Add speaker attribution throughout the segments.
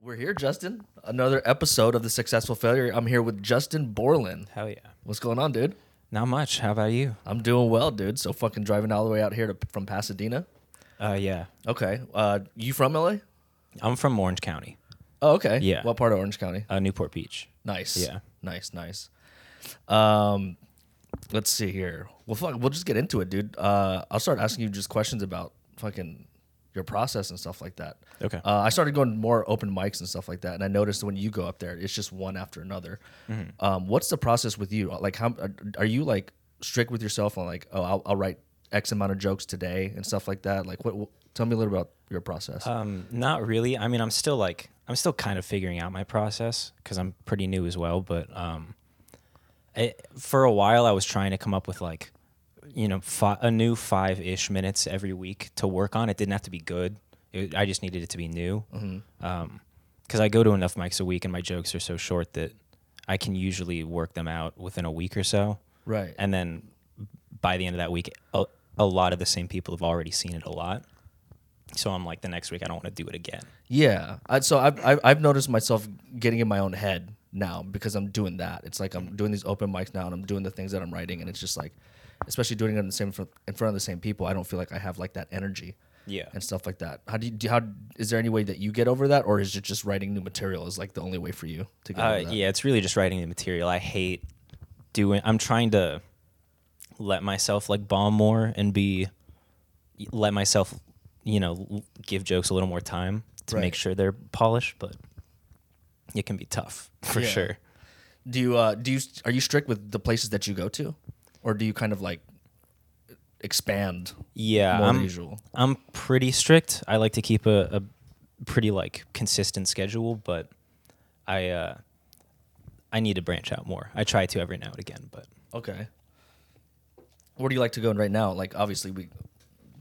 Speaker 1: We're here, Justin. Another episode of the Successful Failure. I'm here with Justin Borland.
Speaker 2: Hell yeah.
Speaker 1: What's going on, dude?
Speaker 2: Not much. How about you?
Speaker 1: I'm doing well, dude. So fucking driving all the way out here to, from Pasadena.
Speaker 2: Uh, yeah.
Speaker 1: Okay. Uh, you from LA?
Speaker 2: I'm from Orange County,
Speaker 1: Oh, okay.
Speaker 2: Yeah.
Speaker 1: What part of Orange County?
Speaker 2: uh, Newport Beach.
Speaker 1: Nice.
Speaker 2: Yeah.
Speaker 1: Nice. Nice. Um, let's see here. Well, fuck. We'll just get into it, dude. Uh, I'll start asking you just questions about fucking your process and stuff like that.
Speaker 2: Okay.
Speaker 1: Uh, I started going to more open mics and stuff like that, and I noticed when you go up there, it's just one after another.
Speaker 2: Mm-hmm.
Speaker 1: Um, what's the process with you? Like, how are, are you like strict with yourself on like, oh, I'll, I'll write X amount of jokes today and stuff like that? Like, what? what tell me a little about your process.
Speaker 2: Um, not really. I mean, I'm still like, I'm still kind of figuring out my process because I'm pretty new as well. But um, it, for a while, I was trying to come up with like, you know, fi- a new five ish minutes every week to work on. It didn't have to be good. It, I just needed it to be new. Because I go to enough mics a week, and my jokes are so short that I can usually work them out within a week or so.
Speaker 1: right.
Speaker 2: and then by the end of that week a, a lot of the same people have already seen it a lot so i'm like the next week i don't want to do it again
Speaker 1: Yeah. I, so I've, I've I've noticed myself getting in my own head now because I'm doing that. It's like I'm doing these open mics now and I'm doing the things that I'm writing, and it's just like, especially doing it in the same fr- in front of the same people, I don't feel like I have like that energy.
Speaker 2: Yeah.
Speaker 1: And stuff like that. How do you do? How is there any way that you get over that, or is it just writing new material is like the only way for you to get
Speaker 2: uh,
Speaker 1: over that?
Speaker 2: yeah it's really just writing the material i hate doing i'm trying to let myself like bomb more and be let myself you know l- give jokes a little more time to
Speaker 1: Right.
Speaker 2: make sure they're polished but it can be tough for
Speaker 1: Yeah.
Speaker 2: sure
Speaker 1: Do you uh do you are you strict with the places that you go to, or do you kind of like expand
Speaker 2: yeah
Speaker 1: more than
Speaker 2: I'm-
Speaker 1: usual?
Speaker 2: I'm pretty strict. I like to keep a, a pretty like consistent schedule, but I uh, I need to branch out more. I try to every now and again, but
Speaker 1: Okay. Where do you like to go right now? Like obviously we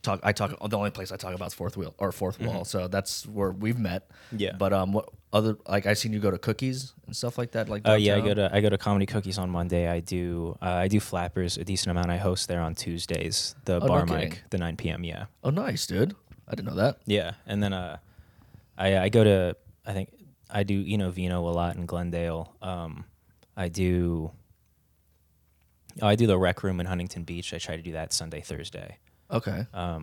Speaker 1: talk. I talk. The only place I talk about is fourth wheel or fourth wall. So that's where we've met.
Speaker 2: Mm-hmm. Yeah.
Speaker 1: But um, what other like I seen you go to cookies and stuff like that. Like
Speaker 2: uh, yeah, I
Speaker 1: downtown?
Speaker 2: go to I go to comedy cookies on Monday. I do uh, I do flappers a decent amount. I host there on Tuesdays. The
Speaker 1: Oh, no
Speaker 2: bar
Speaker 1: kidding.
Speaker 2: mic, the 9 p.m. Yeah,
Speaker 1: Oh, nice, dude. I didn't know that.
Speaker 2: yeah, and then uh, I I go to I think I do E Eno Vino a lot in Glendale. Um, I do. Oh, I do the rec room in Huntington Beach. I try to do that Sunday, Thursday.
Speaker 1: Okay.
Speaker 2: Uh,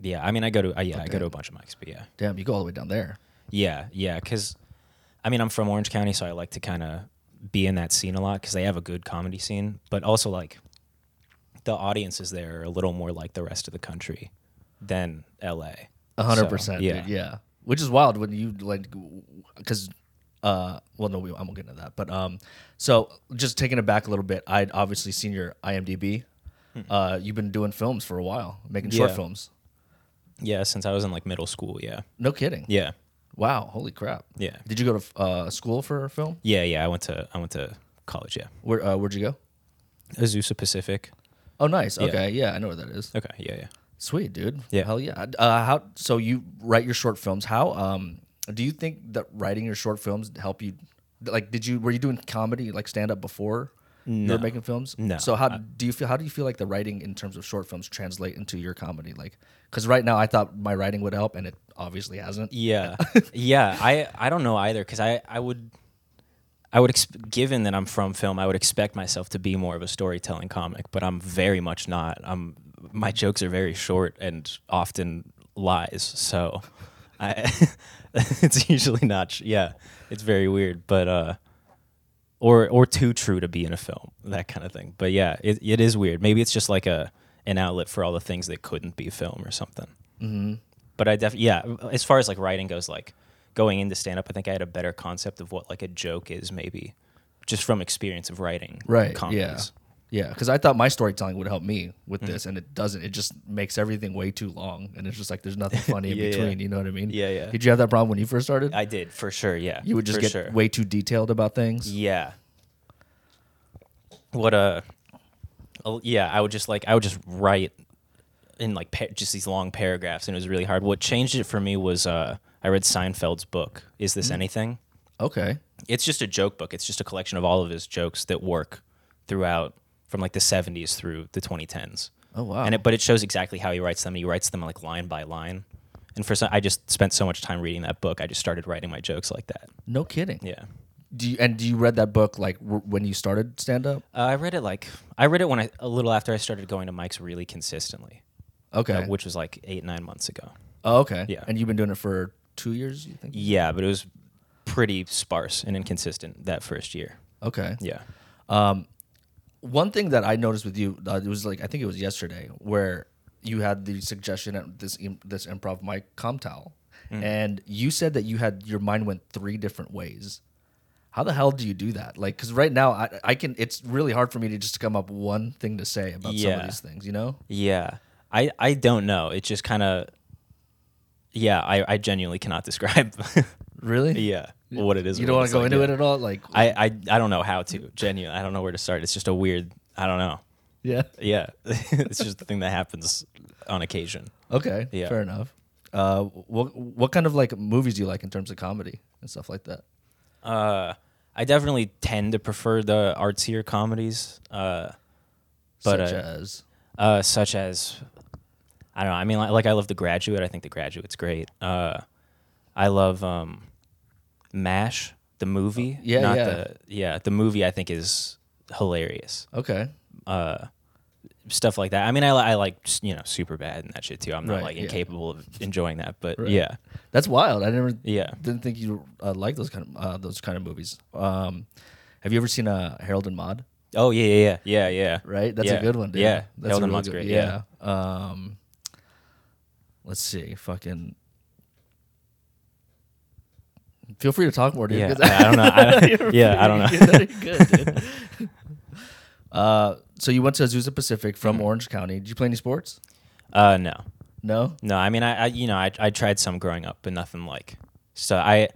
Speaker 2: Yeah, I mean, I go to uh, yeah, I
Speaker 1: Okay.
Speaker 2: go to a bunch of mics, but yeah,
Speaker 1: Damn, you go all the way down there.
Speaker 2: yeah, yeah, because I mean, I'm from Orange County, so I like to kind of be in that scene a lot because they have a good comedy scene, but also like the audiences there are a little more like the rest of the country than LA.
Speaker 1: A hundred
Speaker 2: So,
Speaker 1: percent.
Speaker 2: yeah.
Speaker 1: Yeah. Yeah. Which is wild when you like, because, uh, well, no, we, I won't get into that. But um, so just taking it back a little bit, I'd obviously seen your IMDb. Uh, you've been doing films for a while, making short
Speaker 2: Hmm. Yeah.
Speaker 1: films.
Speaker 2: Yeah, since I was in like middle school, yeah,
Speaker 1: No kidding.
Speaker 2: yeah,
Speaker 1: Wow. Holy crap.
Speaker 2: Yeah.
Speaker 1: Did you go to uh, school for film?
Speaker 2: yeah, yeah. I went to I went to college, yeah,
Speaker 1: Where uh, Where'd you go?
Speaker 2: Azusa Pacific.
Speaker 1: Oh, nice. Okay. Yeah, I know where that is.
Speaker 2: Okay, yeah, yeah.
Speaker 1: Sweet, dude.
Speaker 2: Yeah.
Speaker 1: Hell yeah. Uh, how? So you write your short films? How? Um. Do you think that writing your short films help you? Like, did you were you doing comedy like stand up before you
Speaker 2: No.
Speaker 1: were making films?
Speaker 2: No.
Speaker 1: So how do you feel? How do you feel like the writing in terms of short films translate into your comedy? Like, because right now I thought my writing would help, and it obviously hasn't.
Speaker 2: Yeah, yeah. I I don't know either because I I would I would exp- given that I'm from film, I would expect myself to be more of a storytelling comic, but I'm very much not. I'm my jokes are very short and often lies, so I it's usually not. sh- Yeah, it's very weird, but uh. Or, or too true to be in a film, that kind of thing. But yeah, it, it is weird. Maybe it's just like a an outlet for all the things that couldn't be film or something
Speaker 1: Mm-hmm.
Speaker 2: but I definitely yeah. uh, As far as like writing goes, like going into stand up, I think I had a better concept of what like a joke is, maybe just from experience of writing.
Speaker 1: right
Speaker 2: comedies. Mm-hmm.
Speaker 1: yeah yeah because i thought my storytelling would help me with this and it doesn't it just makes everything way too long and it's just like there's nothing funny
Speaker 2: Yeah,
Speaker 1: in
Speaker 2: yeah.
Speaker 1: between you know what i mean
Speaker 2: Yeah, yeah.
Speaker 1: did you have that problem when you first started
Speaker 2: I did for sure. Yeah,
Speaker 1: you would just
Speaker 2: for
Speaker 1: get
Speaker 2: sure.
Speaker 1: way too detailed about things
Speaker 2: Yeah. What a. a- Yeah, I would just like I would just write in like pa- just these long paragraphs, and it was really hard. What changed it for me was uh, I read Seinfeld's book. Is
Speaker 1: Mm-hmm.
Speaker 2: this anything?
Speaker 1: okay
Speaker 2: it's just a joke book. It's just a collection of all of his jokes that work throughout from like the 70s through the 2010s.
Speaker 1: Oh, wow.
Speaker 2: And it, but it shows exactly how he writes them. and He writes them like line by line, And for some, I just spent so much time reading that book. I just started writing my jokes like that.
Speaker 1: No kidding.
Speaker 2: Yeah.
Speaker 1: Do you and do you read that book like w- when you started stand up?
Speaker 2: Uh, I read it like I read it when I a little after I started going to Mike's really consistently,
Speaker 1: Okay.
Speaker 2: uh, which was like eight nine months ago.
Speaker 1: oh, okay.
Speaker 2: Yeah.
Speaker 1: And you've been doing it for two years, you think?
Speaker 2: Yeah, but it was pretty sparse and inconsistent that first year.
Speaker 1: Okay.
Speaker 2: Yeah.
Speaker 1: One thing that I noticed with you, uh, it was like I think it was yesterday, where you had the suggestion at this im- this improv mic comtal,
Speaker 2: Mm.
Speaker 1: and you said that you had your mind went three different ways. How the hell do you do that? Like, because right now I, I can. It's really hard for me to just come up one thing to say about some
Speaker 2: Yeah.
Speaker 1: of these things. You know?
Speaker 2: Yeah. I, I don't know. It just kind of, yeah, I, I genuinely cannot describe,
Speaker 1: Really?
Speaker 2: yeah, what it is.
Speaker 1: You
Speaker 2: or
Speaker 1: don't
Speaker 2: what
Speaker 1: want
Speaker 2: it's
Speaker 1: to go
Speaker 2: like,
Speaker 1: into
Speaker 2: yeah.
Speaker 1: it at all? Like,
Speaker 2: I, I, I don't know how to, genuinely. I don't know where to start. It's just a weird, I don't know.
Speaker 1: yeah.
Speaker 2: Yeah. it's just the thing that happens on occasion.
Speaker 1: Okay.
Speaker 2: Yeah.
Speaker 1: Fair enough. Uh, what what kind of like movies do you like in terms of comedy and stuff like that?
Speaker 2: Uh, I definitely tend to prefer the artsier comedies, uh, but
Speaker 1: Such
Speaker 2: uh,
Speaker 1: as
Speaker 2: uh, such as I don't know. I mean, like, like I love The Graduate. I think The Graduate's great. Uh, I love um, Mash, the movie.
Speaker 1: Oh, Yeah,
Speaker 2: not
Speaker 1: yeah.
Speaker 2: The, yeah, the movie I think is hilarious.
Speaker 1: okay.
Speaker 2: Stuff like that. I mean, I, li- I like you know super bad and that shit too. I'm not
Speaker 1: Right,
Speaker 2: like
Speaker 1: yeah.
Speaker 2: incapable of enjoying that, but
Speaker 1: Right.
Speaker 2: yeah,
Speaker 1: That's wild. I never
Speaker 2: yeah.
Speaker 1: didn't think you uh, like those kind of uh, those kind of movies. Um, have you ever seen uh, Harold and Maude?
Speaker 2: Oh yeah, yeah, yeah, yeah, yeah.
Speaker 1: Right, that's a
Speaker 2: Yeah.
Speaker 1: good one. Dude.
Speaker 2: Yeah.
Speaker 1: that's
Speaker 2: Harold
Speaker 1: a
Speaker 2: and
Speaker 1: really
Speaker 2: Maude's
Speaker 1: good-
Speaker 2: great,
Speaker 1: yeah. Um, let's see. Fucking. Feel free to talk more, dude.
Speaker 2: Yeah,
Speaker 1: 'cause-
Speaker 2: I, I don't know. I don't, yeah, I don't know.
Speaker 1: You're good, dude. Uh, so you went to Azusa Pacific from
Speaker 2: Mm.
Speaker 1: Orange County. Did you play any sports?
Speaker 2: Uh, no.
Speaker 1: No.
Speaker 2: No, I mean, I, I you know, I, I tried some growing up, but nothing like. So I,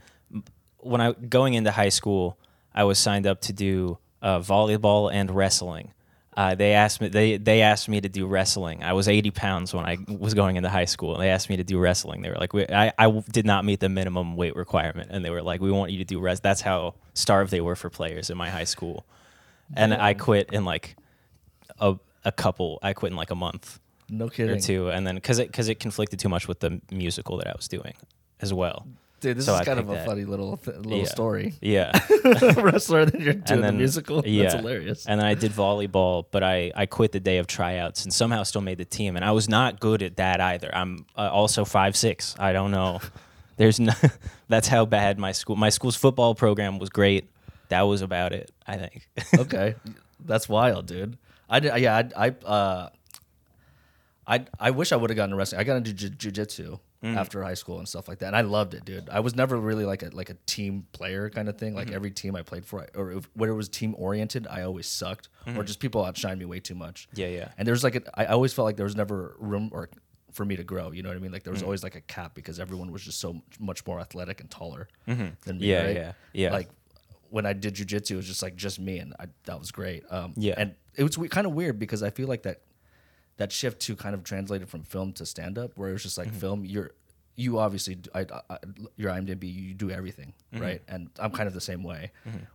Speaker 2: when I going into high school, I was signed up to do uh, volleyball and wrestling. Uh, they asked me they they asked me to do wrestling. I was 80 pounds when I was going into high school. They asked me to do wrestling. They were like, we, I I did not meet the minimum weight requirement, and they were like, we want you to do rest. That's how starved they were for players in my high school, and I quit in like a a couple. I quit in like a month
Speaker 1: No
Speaker 2: or
Speaker 1: kidding.
Speaker 2: two, and then because it because it conflicted too much with the musical that I was doing as well.
Speaker 1: Dude, this
Speaker 2: So
Speaker 1: is
Speaker 2: I
Speaker 1: kind of a
Speaker 2: picked that.
Speaker 1: funny little th- little
Speaker 2: Yeah.
Speaker 1: story.
Speaker 2: Yeah,
Speaker 1: Wrestler, then you're doing the
Speaker 2: then-
Speaker 1: musical. That's
Speaker 2: yeah.
Speaker 1: hilarious.
Speaker 2: and then I did volleyball, but I I quit the day of tryouts and somehow still made the team, and I was not good at that either. I'm uh, also five six. I don't know. There's no. that's how bad my school my school's football program was great. That was about it. I think.
Speaker 1: okay, that's wild, dude. I did, yeah, I I uh, I I wish I would have gotten to wrestling. I got into ju- jujitsu
Speaker 2: Mm.
Speaker 1: after high school and stuff like that, and I loved it, dude. I was never really like a like a team player kind of thing. Like
Speaker 2: Mm-hmm.
Speaker 1: every team I played for, or if, when it was team oriented, I always sucked, or just people outshined me way too much.
Speaker 2: Mm-hmm. Yeah, yeah.
Speaker 1: And there's like a, I always felt like there was never room or for me to grow. You know what I mean? Like there
Speaker 2: Mm.
Speaker 1: was always like a cap because everyone was just so much more athletic and taller than me.
Speaker 2: Mm-hmm. Yeah,
Speaker 1: right?
Speaker 2: yeah, yeah.
Speaker 1: Like when I did jujitsu, it was just like just me, and I, that was great. Um,
Speaker 2: Yeah.
Speaker 1: and it was we- kind of weird because I feel like that that shift to kind of translated from film to stand up, where it was just
Speaker 2: Mm-hmm.
Speaker 1: like film. You're you obviously d- I, I, your IMDb, you do everything
Speaker 2: Mm-hmm.
Speaker 1: right, and I'm kind of the same way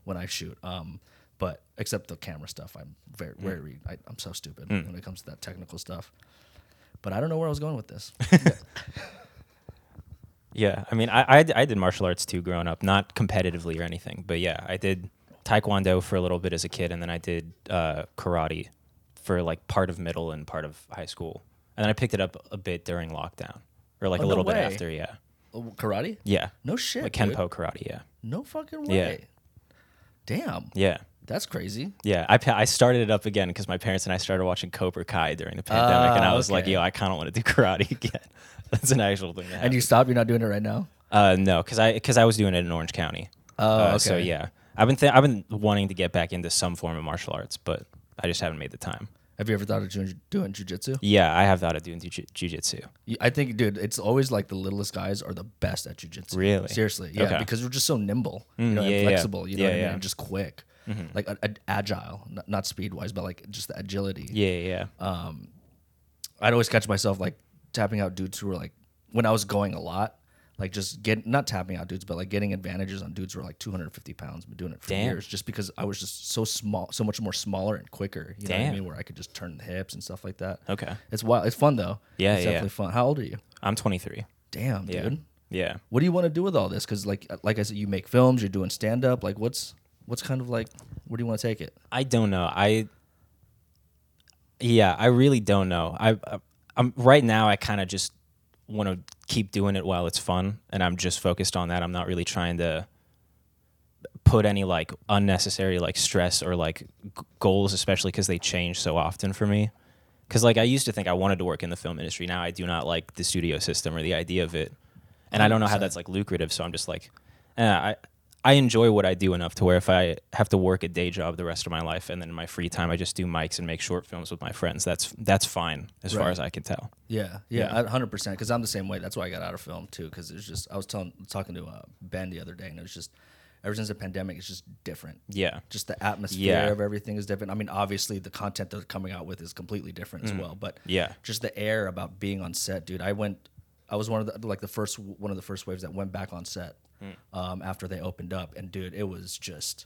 Speaker 1: when I shoot. Um, but except the camera stuff, I'm very
Speaker 2: Mm.
Speaker 1: very I, I'm so stupid when it comes to that technical stuff. But I don't know where I was going with this.
Speaker 2: Yeah, I mean, I, I I did martial arts too growing up, not competitively or anything, but yeah, I did taekwondo for a little bit as a kid, and then I did uh, karate for like part of middle and part of high school, and then I picked it up a bit during lockdown, or like
Speaker 1: Oh,
Speaker 2: a
Speaker 1: no
Speaker 2: little
Speaker 1: way.
Speaker 2: bit after. Yeah,
Speaker 1: Oh, Karate?
Speaker 2: yeah,
Speaker 1: No shit.
Speaker 2: like
Speaker 1: dude.
Speaker 2: kenpo karate. Yeah,
Speaker 1: No fucking
Speaker 2: Yeah.
Speaker 1: way. Damn.
Speaker 2: yeah.
Speaker 1: That's crazy.
Speaker 2: Yeah, I, pa- I started it up again because my parents and I started watching Cobra Kai during the pandemic, and
Speaker 1: Ah,
Speaker 2: I was like,
Speaker 1: okay.
Speaker 2: "Yo, I kind of want to do karate again." That's an actual thing. That
Speaker 1: And you stop. You're not doing it right now.
Speaker 2: Uh, no, because I because I was doing it in Orange County.
Speaker 1: Oh,
Speaker 2: Uh, So
Speaker 1: okay.
Speaker 2: yeah, I've been th- I've been wanting to get back into some form of martial arts, but I just haven't made the time.
Speaker 1: Have you ever thought of doing, doing jujitsu?
Speaker 2: Yeah, I have thought of doing jiu- jujitsu.
Speaker 1: You- I think, dude, it's always like the littlest guys are the best at jujitsu.
Speaker 2: Really?
Speaker 1: Seriously, yeah,
Speaker 2: Okay. Mm,
Speaker 1: because you're just so nimble, you know,
Speaker 2: yeah,
Speaker 1: and
Speaker 2: yeah.
Speaker 1: flexible, you know
Speaker 2: Yeah,
Speaker 1: what I mean,
Speaker 2: yeah. Mm-hmm.
Speaker 1: and just quick, like a, a- agile, not, not speed wise, but like just the agility.
Speaker 2: Yeah, yeah, yeah.
Speaker 1: I'd always catch myself like tapping out dudes who were like when I was going a lot, like just get not tapping out dudes, but like getting advantages on dudes who were like 250 pounds, been doing it for
Speaker 2: Damn.
Speaker 1: years, just because I was just so small, so much more smaller and quicker. You know what I
Speaker 2: Damn.
Speaker 1: mean? Where I could just turn the hips and stuff like that.
Speaker 2: Okay.
Speaker 1: It's wild. It's fun though.
Speaker 2: Yeah,
Speaker 1: it's
Speaker 2: yeah, yeah.
Speaker 1: definitely fun. How old are you?
Speaker 2: I'm 23.
Speaker 1: damn,
Speaker 2: Yeah.
Speaker 1: dude.
Speaker 2: Yeah.
Speaker 1: What do you want to do with all this? Because like like I said, you make films, you're doing stand up. Like what's what's kind of like where do you want to take it?
Speaker 2: I don't know. I yeah, I really don't know. I I- I'm right now. I kind of just want to keep doing it while it's fun, and I'm just focused on that. I'm not really trying to put any like unnecessary like stress or like g- goals, especially because they change so often for me. Because like I used to think I wanted to work in the film industry. Now I do not like the studio system or the idea of it, and I don't know how that's like lucrative. So I'm just like, eh, I I enjoy what I do enough to where if I have to work a day job the rest of my life and then in my free time I just do mics and make short films with my friends. That's that's fine as far
Speaker 1: Right.
Speaker 2: as I can tell.
Speaker 1: Yeah, yeah, hundred percent. Because I'm the same way. That's why I got out of film too. Because it's just I was telling talking to uh, Ben the other day, and it was just ever since the pandemic, it's just different.
Speaker 2: Yeah.
Speaker 1: Just the atmosphere
Speaker 2: Yeah.
Speaker 1: of everything is different. I mean, obviously the content they're coming out with is completely different as well. But
Speaker 2: Mm. Yeah.
Speaker 1: just the air about being on set, dude. I went. I was one of the like the first one of the first waves that went back on set
Speaker 2: Mm.
Speaker 1: um, after they opened up, and dude, it was just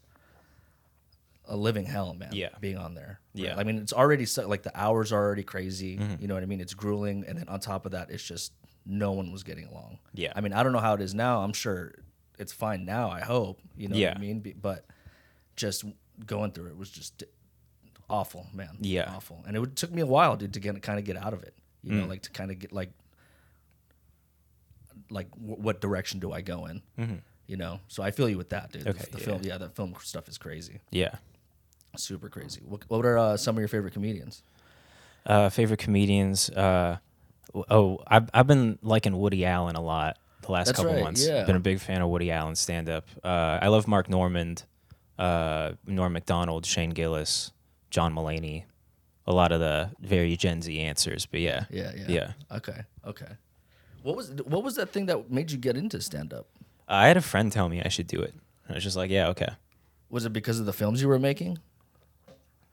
Speaker 1: a living hell, man.
Speaker 2: Yeah.
Speaker 1: being on there.
Speaker 2: Yeah. Mm-hmm.
Speaker 1: Right? I mean, it's already so, like the hours are already crazy. You know what I mean? It's grueling, and then on top of that, it's just no one was getting along.
Speaker 2: Yeah.
Speaker 1: I mean, I don't know how it is now. I'm sure it's fine now. I hope. You know what
Speaker 2: Yeah.
Speaker 1: I mean? Be- But just going through it was just d- awful, man.
Speaker 2: Yeah. Mm.
Speaker 1: awful. And it would- took me a while, dude, to get kind of get out of it. You know, like to kind of get like like w- what direction do I go in? You know, so I feel you with that, dude. The-
Speaker 2: Mm-hmm. Okay,
Speaker 1: the
Speaker 2: yeah.
Speaker 1: film, yeah, the film stuff is crazy.
Speaker 2: Yeah.
Speaker 1: Super crazy. What, what are uh, some of your favorite comedians?
Speaker 2: Uh, favorite comedians. Uh, w- oh, I've I've been liking Woody Allen a lot the last
Speaker 1: That's
Speaker 2: couple
Speaker 1: right,
Speaker 2: months.
Speaker 1: yeah.
Speaker 2: Been a big fan of Woody Allen stand up. Uh, I love Mark Normand, uh, Norm Macdonald, Shane Gillis, John Mulaney. A lot of the very Gen Z answers, but yeah,
Speaker 1: Yeah, yeah,
Speaker 2: yeah.
Speaker 1: Okay, okay. What was what was that thing that made you get into stand up?
Speaker 2: I had a friend tell me I should do it. I was just like, yeah, okay.
Speaker 1: Was it because of the films you were making?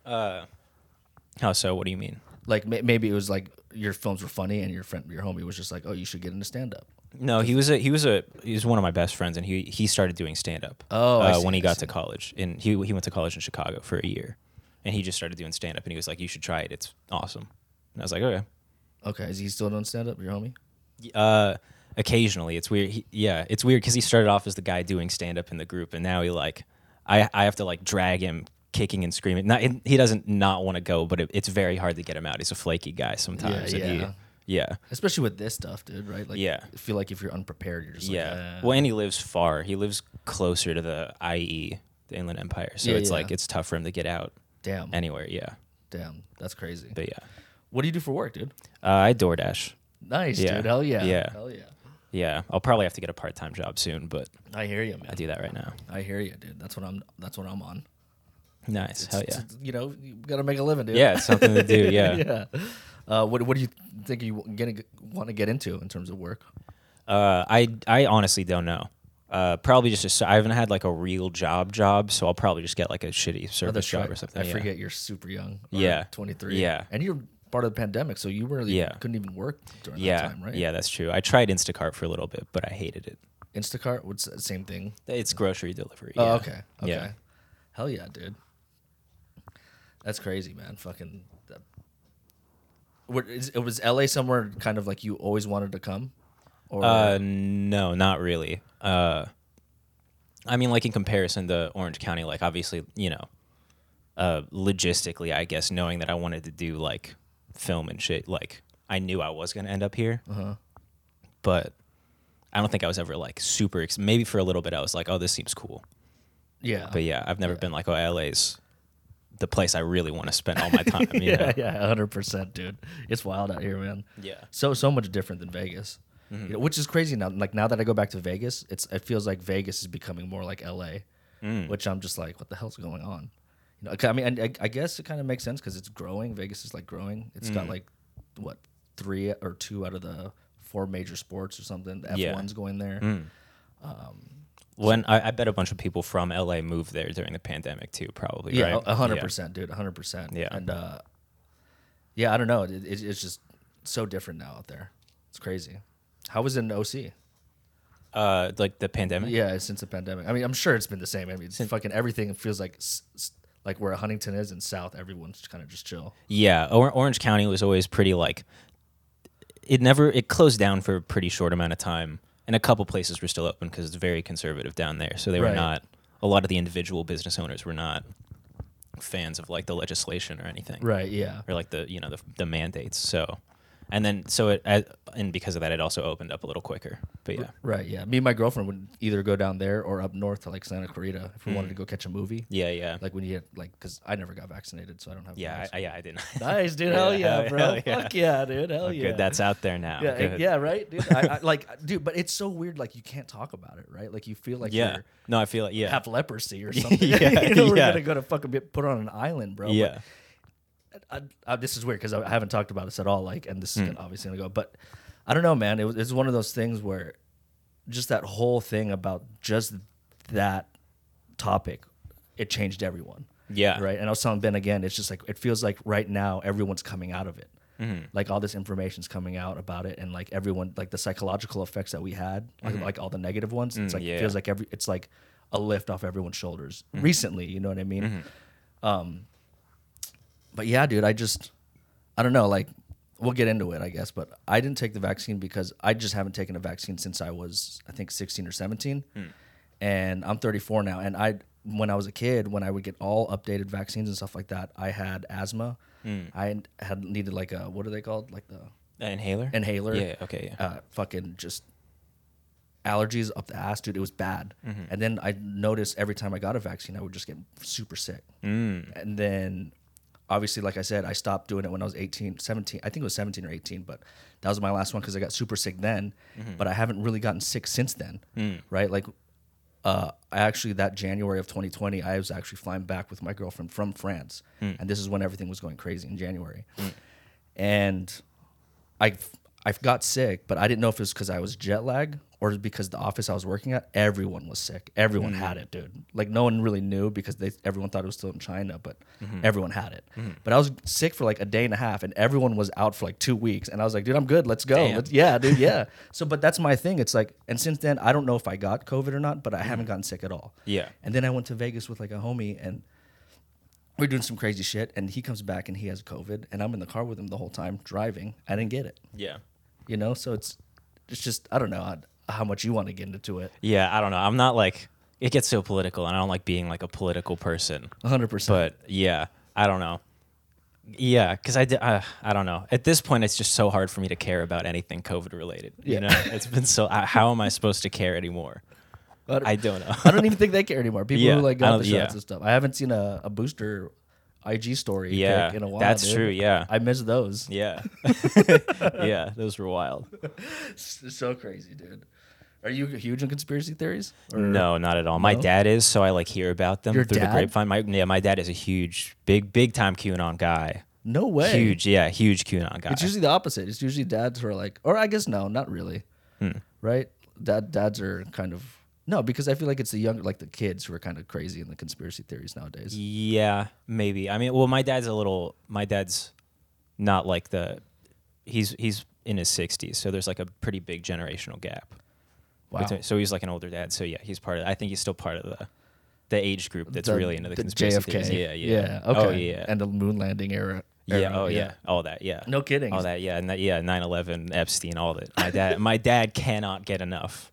Speaker 2: How so? What do you mean?
Speaker 1: Like may- maybe it was like your films were funny and your friend, your homie was just like, oh, you should get into stand up.
Speaker 2: No, he was a he was a he was one of my best friends, and he he started doing stand up.
Speaker 1: Oh, I
Speaker 2: uh,
Speaker 1: see,
Speaker 2: when he
Speaker 1: I
Speaker 2: got
Speaker 1: see.
Speaker 2: to college, and he he went to college in Chicago for a year, and he just started doing stand up, and he was like, "You should try it. It's awesome." And I was like, "Okay."
Speaker 1: Okay, is he still doing stand up, your homie?
Speaker 2: Uh, occasionally, it's weird. He, yeah, it's weird because he started off as the guy doing stand up in the group, and now he like I I have to like drag him kicking and screaming. Not he doesn't not want to go, but it, it's very hard to get him out. He's a flaky guy sometimes. and he-
Speaker 1: yeah.
Speaker 2: yeah.
Speaker 1: Especially with this stuff, dude. Right? Like,
Speaker 2: Yeah.
Speaker 1: I feel like if you're unprepared, you're just like,
Speaker 2: Yeah.
Speaker 1: "Ah."
Speaker 2: well, and he lives far. He lives closer to the IE, the Inland Empire. So
Speaker 1: Yeah,
Speaker 2: it's
Speaker 1: yeah.
Speaker 2: like it's tough for him to get out
Speaker 1: damn,
Speaker 2: anywhere. Yeah.
Speaker 1: damn, that's crazy.
Speaker 2: But yeah,
Speaker 1: What do you do for work, dude?
Speaker 2: uh, I DoorDash.
Speaker 1: Nice,
Speaker 2: Yeah.
Speaker 1: dude. Hell yeah.
Speaker 2: Yeah.
Speaker 1: Hell yeah.
Speaker 2: Yeah, I'll probably have to get a part-time job soon, but
Speaker 1: I hear you,
Speaker 2: I
Speaker 1: man.
Speaker 2: do that right now.
Speaker 1: I hear you, dude. That's what I'm. That's what I'm on.
Speaker 2: Nice. Hell yeah.
Speaker 1: You know, you gotta make a living, dude.
Speaker 2: Yeah, it's something to do. Yeah.
Speaker 1: yeah. Uh, what What do you think you gonna want to get into in terms of work?
Speaker 2: Uh, I I honestly don't know. Uh, probably just a, I haven't had like a real job job, so I'll probably just get like a shitty service job
Speaker 1: Oh, right.
Speaker 2: or something.
Speaker 1: I
Speaker 2: yeah.
Speaker 1: forget you're super young. or
Speaker 2: Yeah.
Speaker 1: 23.
Speaker 2: Yeah.
Speaker 1: and you're part of the pandemic, so you really
Speaker 2: Yeah.
Speaker 1: couldn't even work during
Speaker 2: Yeah,
Speaker 1: that time, right?
Speaker 2: yeah, that's true. I tried Instacart for a little bit, but I hated it.
Speaker 1: Instacart, what's that same thing?
Speaker 2: It's grocery delivery.
Speaker 1: Oh,
Speaker 2: yeah.
Speaker 1: okay. Okay.
Speaker 2: Yeah.
Speaker 1: Hell yeah, dude. That's crazy, man. Fucking. That. What is, it was LA somewhere kind of like you always wanted to come, or
Speaker 2: Uh, no, not really. Uh, I mean, like in comparison to Orange County, like obviously, you know, uh, logistically, I guess knowing that I wanted to do like film and shit, like I knew I was gonna end up here,
Speaker 1: Uh-huh.
Speaker 2: but I don't think I was ever like super. Ex- maybe for a little bit, I was like, oh, this seems cool,
Speaker 1: yeah,
Speaker 2: but yeah, I've never been like, oh, LA's the place I really want to spend all my time. You
Speaker 1: yeah,
Speaker 2: know?
Speaker 1: yeah, hundred percent, dude. It's wild out here, man.
Speaker 2: Yeah.
Speaker 1: so so much different than Vegas,
Speaker 2: Mm-hmm.
Speaker 1: You know, which is crazy now. Like now that I go back to Vegas, it's it feels like Vegas is becoming more like L.A.,
Speaker 2: Mm.
Speaker 1: which I'm just like, what the hell's going on? You know, 'cause I mean, and I, I guess it kind of makes sense because it's growing. Vegas is like growing. It's
Speaker 2: Mm.
Speaker 1: got like what three or two out of the four major sports or something. The F1's
Speaker 2: Yeah. Mm,
Speaker 1: going there.
Speaker 2: When I, I bet a bunch of people from LA moved there during the pandemic too, probably.
Speaker 1: Yeah,
Speaker 2: right?
Speaker 1: a hundred percent, dude, a hundred percent.
Speaker 2: Yeah.
Speaker 1: and uh, yeah, I don't know. It, it, it's just so different now out there. It's crazy. How was it in OC?
Speaker 2: Uh, like the pandemic.
Speaker 1: Yeah, since the pandemic. I mean, I'm sure it's been the same. I mean, it's fucking everything feels like s- s- like where Huntington is in South. Everyone's kind of just chill.
Speaker 2: Yeah, or- Orange County was always pretty like it never it closed down for a pretty short amount of time, and a couple places were still open because it's very conservative down there. So they
Speaker 1: Right.
Speaker 2: were not. A lot of the individual business owners were not fans of like the legislation or anything,
Speaker 1: Right. Yeah.
Speaker 2: or like the you know the, the mandates. So, and then so it as, and because of that, it also opened up a little quicker. But yeah,
Speaker 1: Right. Yeah. Me and my girlfriend would either go down there or up north to like Santa Clarita if we wanted to go catch a movie.
Speaker 2: yeah, yeah,
Speaker 1: Like when you get like, because I never got vaccinated, so I don't have.
Speaker 2: yeah. I, I, yeah, I didn't.
Speaker 1: nice, dude. Hell yeah,
Speaker 2: hell
Speaker 1: bro.
Speaker 2: yeah.
Speaker 1: Fuck yeah, dude. Hell yeah.
Speaker 2: Good, that's out there now.
Speaker 1: yeah, eh,
Speaker 2: Good.
Speaker 1: yeah, right, dude. I, I, like, dude, but it's so weird. Like, you can't talk about it, right? Like, you feel like
Speaker 2: yeah.
Speaker 1: you're
Speaker 2: No, I feel like yeah,
Speaker 1: have leprosy or something.
Speaker 2: Yeah,
Speaker 1: you know, we're
Speaker 2: yeah.
Speaker 1: gonna go to fucking get put on an island, bro. But
Speaker 2: yeah.
Speaker 1: I, I, this is weird because I, I haven't talked about this at all. Like, and this is gonna, obviously gonna go, but I don't know, man. It was it's one of those things where just that whole thing about just that topic, it changed everyone.
Speaker 2: Yeah.
Speaker 1: Right. And I was telling Ben again, it's just like it feels like right now everyone's coming out of it. Like all this information's coming out about it, and like everyone, like the psychological effects that we had, like, like all the negative ones. It's like it
Speaker 2: yeah. Mm-hmm.
Speaker 1: feels like every it's like a lift off everyone's shoulders recently. You know what I mean? Um, but yeah, dude, I just, I don't know. Like, we'll get into it, I guess. But I didn't take the vaccine because I just haven't taken a vaccine since I was, I think, 16 or 17.
Speaker 2: Hmm.
Speaker 1: And I'm 34 now. And I, when I was a kid, when I would get all updated vaccines and stuff like that, I had asthma.
Speaker 2: Hmm.
Speaker 1: I had needed like a, what are they called? Like the
Speaker 2: An inhaler.
Speaker 1: inhaler.
Speaker 2: Yeah. Okay. Yeah.
Speaker 1: Uh, fucking just allergies up the ass, dude. It was bad. And then I noticed every time I got a vaccine, I would just get super sick. And then obviously, like I said, I stopped doing it when I was 18, 17. I think it was 17 or 18, but that was my last one because I got super sick then. But I haven't really gotten sick since then, right? Like, uh, I actually that January of 2020, I was actually flying back with my girlfriend from France, and this is when everything was going crazy in January. And I I got sick, but I didn't know if it was because I was jet lag or because the office I was working at, everyone was sick. Everyone
Speaker 2: Mm.
Speaker 1: had it, dude. Like no one really knew because they everyone thought it was still in China, but
Speaker 2: Mm-hmm.
Speaker 1: everyone had it. But I was sick for like a day and a half, and everyone was out for like two weeks. And I was like, dude, I'm good. Let's go.
Speaker 2: Damn.
Speaker 1: Let's, yeah, dude. Yeah. so, but that's my thing. It's like, and since then, I don't know if I got COVID or not, but I haven't gotten sick at all.
Speaker 2: Mm-hmm. Yeah.
Speaker 1: And then I went to Vegas with like a homie and we're doing some crazy shit and he comes back and he has COVID and I'm in the car with him the whole time driving. I didn't get it
Speaker 2: yeah.
Speaker 1: you know so it's it's just i don't know how, how much you want to get into it
Speaker 2: Yeah. I don't know. I'm not like it gets so political, and I don't like being like a political person.
Speaker 1: 100%
Speaker 2: But yeah, I don't know. Yeah, because I, di- uh, I don't know. At this point, it's just so hard for me to care about anything COVID related.
Speaker 1: Yeah.
Speaker 2: You know, it's been so. I, how am I supposed to care anymore?
Speaker 1: But-
Speaker 2: I don't know.
Speaker 1: i don't even think they care anymore people
Speaker 2: Yeah,
Speaker 1: who like
Speaker 2: I
Speaker 1: got
Speaker 2: don't-
Speaker 1: the shots
Speaker 2: yeah.
Speaker 1: and stuff i haven't seen a, a booster ig story
Speaker 2: Yeah,
Speaker 1: pic in a while
Speaker 2: that's
Speaker 1: dude.
Speaker 2: true, yeah.
Speaker 1: i miss those
Speaker 2: Yeah, yeah, those were wild.
Speaker 1: it's so crazy dude are you huge in conspiracy theories Or-
Speaker 2: No, not at all. My dad is, so I like hear about them
Speaker 1: Your
Speaker 2: through
Speaker 1: dad?
Speaker 2: the grapevine. My yeah, my dad is a huge, big, big time QAnon guy.
Speaker 1: no way
Speaker 2: Huge, yeah, huge QAnon guy.
Speaker 1: it's usually the opposite it's usually dads who are like or i guess no not really
Speaker 2: Hmm.
Speaker 1: right dad dads are kind of no because i feel like it's the younger like the kids who are kind of crazy in the conspiracy theories nowadays
Speaker 2: yeah, maybe. I mean, well, my dad's a little. My dad's not like the. He's he's in his sixties, so there's like a pretty big generational gap.
Speaker 1: Wow.
Speaker 2: between- so he's like an older dad. So yeah, he's part of. I think he's still part of the. The age group that's
Speaker 1: the-
Speaker 2: really into the,
Speaker 1: the
Speaker 2: conspiracy
Speaker 1: JFK.
Speaker 2: theories. Yeah, yeah.
Speaker 1: Okay.
Speaker 2: Oh, yeah.
Speaker 1: And the moon landing era. era,
Speaker 2: yeah. Oh, yeah. All that. Yeah.
Speaker 1: No kidding.
Speaker 2: All that. Yeah. And that, yeah. 9/11, Epstein, all of it. My dad. my dad cannot get enough.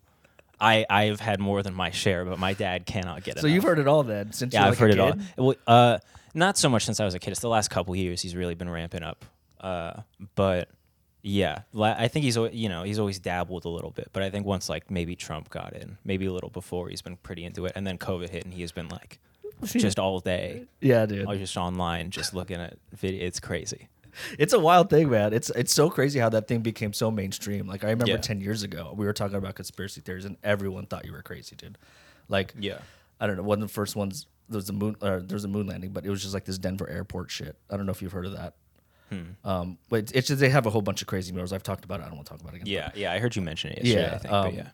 Speaker 2: I I have had more than my share, but my dad cannot get enough.
Speaker 1: So you've heard it all then since
Speaker 2: Yeah,
Speaker 1: you're like
Speaker 2: I've heard
Speaker 1: a
Speaker 2: it all.
Speaker 1: kid?
Speaker 2: Well, uh, not so much since I was a kid. It's the last couple years he's really been ramping up. Uh, but yeah, la- I think he's al- you know he's always dabbled a little bit, but I think once like maybe Trump got in, maybe a little before, he's been pretty into it, and then COVID hit, and he has been like just all day,
Speaker 1: Yeah, dude.
Speaker 2: all just online, just looking at video. It's crazy.
Speaker 1: It's a wild thing, man. It's it's so crazy how that thing became so mainstream. Like I remember
Speaker 2: Yeah.
Speaker 1: 10 years ago, we were talking about conspiracy theories and everyone thought you were crazy, dude. Like
Speaker 2: Yeah.
Speaker 1: I don't know, one of the first ones there was a moon or there was a moon landing, but it was just like this Denver airport shit. I don't know if you've heard of that.
Speaker 2: Hmm.
Speaker 1: Um, but it's, it's just they have a whole bunch of crazy murals. I've talked about it. I don't want to talk about it again.
Speaker 2: Yeah, yeah. I heard you mention it yesterday.
Speaker 1: Yeah,
Speaker 2: I think.
Speaker 1: um,
Speaker 2: but yeah,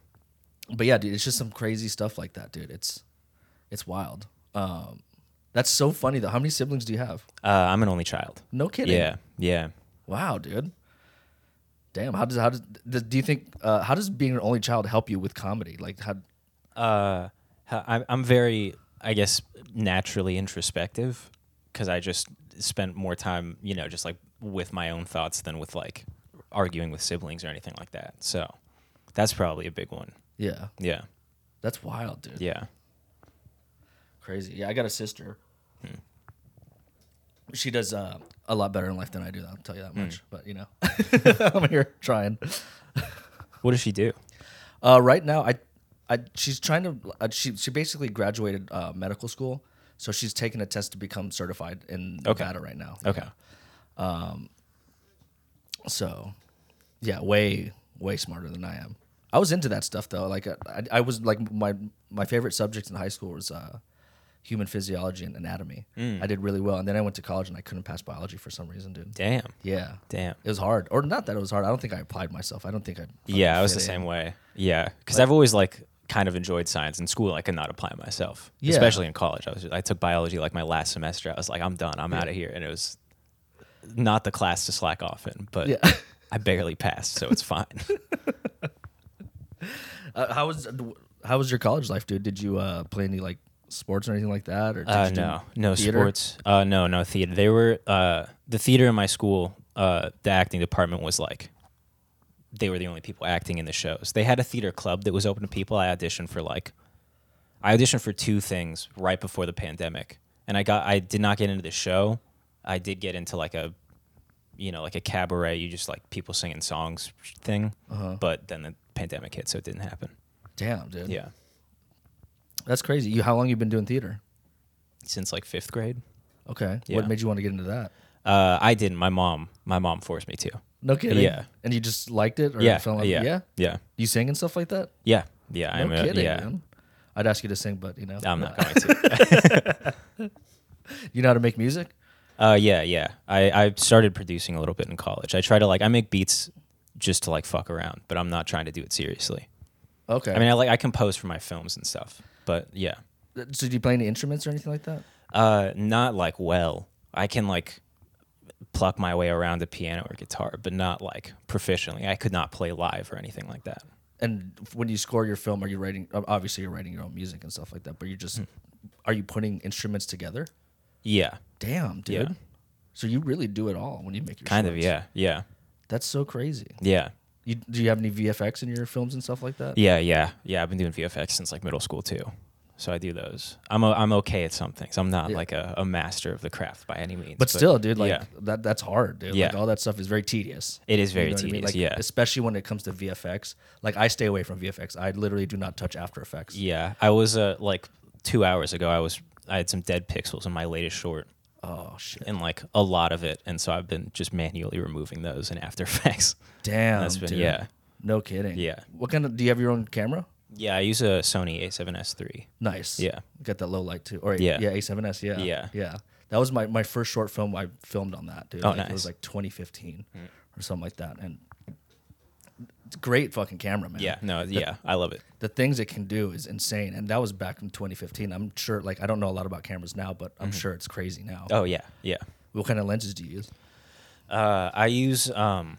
Speaker 1: but yeah, dude, it's just some crazy stuff like that, dude. It's it's wild. Um, that's so funny though. How many siblings do you have?
Speaker 2: uh, I'm an only child.
Speaker 1: No kidding.
Speaker 2: Yeah, yeah.
Speaker 1: Wow, dude. Damn. How does how does th- do you think uh, how does being an only child help you with comedy? Like how?
Speaker 2: uh, h- I'm, I'm very, I guess, naturally introspective because I just spent more time, you know, just like with my own thoughts than with like arguing with siblings or anything like that. So that's probably a big one.
Speaker 1: Yeah,
Speaker 2: Yeah.
Speaker 1: that's wild, dude.
Speaker 2: Yeah.
Speaker 1: Crazy. Yeah, I got a sister.
Speaker 2: Hmm.
Speaker 1: She does uh, a lot better in life than I do. I'll tell you
Speaker 2: Hmm.
Speaker 1: that much. But you know, I'm here trying.
Speaker 2: What does she do?
Speaker 1: Uh, right now, I, I, she's trying to. Uh, she she basically graduated uh, medical school, so she's taking a test to become certified in
Speaker 2: Okay.
Speaker 1: Nevada right now.
Speaker 2: Okay.
Speaker 1: So, yeah, way way smarter than I am. I was into that stuff though. Like I, I was like my my favorite subjects in high school was uh, human physiology and anatomy.
Speaker 2: Mm.
Speaker 1: I did really well, and then I went to college and I couldn't pass biology for some reason, dude.
Speaker 2: Damn.
Speaker 1: Yeah,
Speaker 2: Damn.
Speaker 1: it was hard, or not that it was hard. I don't think I applied myself. I don't think I. fucking
Speaker 2: Yeah, I was
Speaker 1: fit
Speaker 2: the
Speaker 1: in.
Speaker 2: same way. Yeah, because I've always like kind of enjoyed science in school. I could not apply myself,
Speaker 1: Yeah.
Speaker 2: especially in college. I was I took biology like my last semester. I was like, I'm done. I'm out of here, and it was not the class to slack off in, but
Speaker 1: Yeah.
Speaker 2: I barely passed, so it's fine.
Speaker 1: Uh, how was how was your college life, dude? Did you uh, play any like sports or anything like that? Or did
Speaker 2: Uh,
Speaker 1: you do
Speaker 2: no, no
Speaker 1: theater?
Speaker 2: sports. Uh, no, no theater. They were uh, the theater in my school. Uh, the acting department was like, they were the only people acting in the shows. They had a theater club that was open to people. I auditioned for like, I auditioned for two things right before the pandemic, and I got. I did not get into the show. I did get into like a, you know, like a cabaret. You just like people singing songs thing.
Speaker 1: Uh-huh.
Speaker 2: But then the pandemic hit, so it didn't happen.
Speaker 1: Damn, dude.
Speaker 2: Yeah,
Speaker 1: that's crazy. You how long you been doing theater?
Speaker 2: since like fifth grade.
Speaker 1: Okay,
Speaker 2: Yeah.
Speaker 1: what made you want to get into that?
Speaker 2: Uh, I didn't. My mom. My mom forced me to.
Speaker 1: No kidding.
Speaker 2: Yeah.
Speaker 1: and you just liked it or
Speaker 2: yeah,
Speaker 1: fell in love?
Speaker 2: yeah,
Speaker 1: yeah.
Speaker 2: yeah,
Speaker 1: You sing and stuff like that?
Speaker 2: yeah, yeah.
Speaker 1: No
Speaker 2: I'm a-
Speaker 1: kidding.
Speaker 2: yeah.
Speaker 1: Man. I'd ask you to sing, but you know,
Speaker 2: I'm not going to.
Speaker 1: you know how to make music.
Speaker 2: Uh, yeah, yeah. I, I started producing a little bit in college. I try to like I make beats just to like fuck around, but I'm not trying to do it seriously.
Speaker 1: Okay.
Speaker 2: I mean, I like I compose for my films and stuff, but yeah,
Speaker 1: so do you play any instruments or anything like that?
Speaker 2: uh, not like well. I can like pluck my way around a piano or guitar, but not like proficiently. I could not play live or anything like that.
Speaker 1: And when you score your film, are you writing? ob- Obviously, you're writing your own music and stuff like that. But you're just,
Speaker 2: Hmm.
Speaker 1: are you putting instruments together?
Speaker 2: Yeah,
Speaker 1: Damn, dude.
Speaker 2: Yeah.
Speaker 1: So you really do it all when you make your
Speaker 2: kind of.
Speaker 1: shorts.
Speaker 2: Yeah, yeah,
Speaker 1: That's so crazy.
Speaker 2: yeah.
Speaker 1: You, do you have any VFX in your films and stuff like that?
Speaker 2: Yeah, yeah, yeah. I've been doing VFX since like middle school too, so I do those. I'm o I'm okay at some things. I'm not like a, a master of the craft by any means.
Speaker 1: But still, dude, like
Speaker 2: yeah.
Speaker 1: that that's hard, dude. Like
Speaker 2: Yeah.
Speaker 1: all that stuff is very tedious.
Speaker 2: It is very
Speaker 1: what I mean?
Speaker 2: tedious,
Speaker 1: Like,
Speaker 2: yeah.
Speaker 1: Especially when it comes to VFX. Like I stay away from VFX. I literally do not touch After Effects.
Speaker 2: yeah, I was uh, like two hours ago. I was I had some dead pixels in my latest short,
Speaker 1: Oh shit.
Speaker 2: and like a lot of it, and so I've been just manually removing those in After Effects.
Speaker 1: Damn.
Speaker 2: That's been-
Speaker 1: Oh, dude.
Speaker 2: yeah.
Speaker 1: No kidding.
Speaker 2: Yeah.
Speaker 1: What kind of do you have your own camera?
Speaker 2: Yeah, I use a Sony A7S III.
Speaker 1: Nice.
Speaker 2: Yeah.
Speaker 1: Got that low light too. Or yeah.
Speaker 2: Yeah.
Speaker 1: yeah, A7S, yeah.
Speaker 2: Yeah.
Speaker 1: Yeah. That was my, my first short film I filmed on that, dude.
Speaker 2: Oh,
Speaker 1: like, It was
Speaker 2: nice. Mm.
Speaker 1: like 2015 or something like that. And it's a great fucking camera, man.
Speaker 2: Yeah, no, yeah, I love it.
Speaker 1: the things it can do is insane. And that was back in 2015. I'm sure, like, I don't know a lot about cameras now, but I'm sure it's crazy now.
Speaker 2: Mm-hmm. Oh yeah, yeah.
Speaker 1: What kind of lenses do you use?
Speaker 2: Uh, I use um,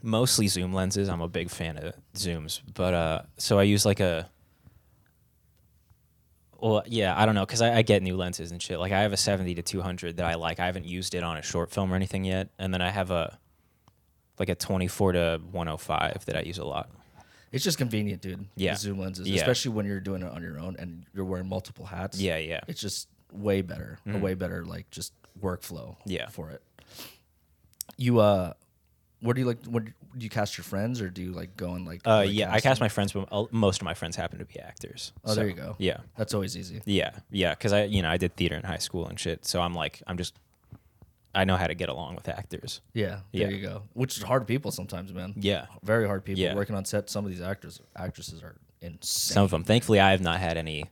Speaker 2: mostly zoom lenses. I'm a big fan of zooms, but uh, so I use like a. Well, yeah, I don't know, cause I, I get new lenses and shit. Like I have a seventy to two hundred that I like. I haven't used it on a short film or anything yet, and then I have a, like a twenty four to one hundred five that I use a lot.
Speaker 1: It's just convenient, dude. the
Speaker 2: Yeah.
Speaker 1: zoom lenses,
Speaker 2: Yeah.
Speaker 1: especially when you're doing it on your own and you're wearing multiple hats.
Speaker 2: Yeah, yeah. Mm.
Speaker 1: It's just way better, a way better, like, just workflow
Speaker 2: Yeah.
Speaker 1: for it. You, uh, what do you like? What do you cast your friends or do you like go and like?
Speaker 2: Uh,
Speaker 1: like,
Speaker 2: yeah, I cast my friends, but uh, most of my friends happen to be actors.
Speaker 1: Oh, there you go.
Speaker 2: Yeah.
Speaker 1: That's always easy.
Speaker 2: Yeah, yeah, because I, you know, I did theater in high school and shit, so I'm like, I'm just, I know how to get along with actors.
Speaker 1: Yeah, there
Speaker 2: Yeah.
Speaker 1: you go. Which is hard people sometimes, man.
Speaker 2: Yeah.
Speaker 1: very hard people
Speaker 2: Yeah.
Speaker 1: working on set. Some of these actors actresses are insane.
Speaker 2: Some of them. Thankfully, I have not had any.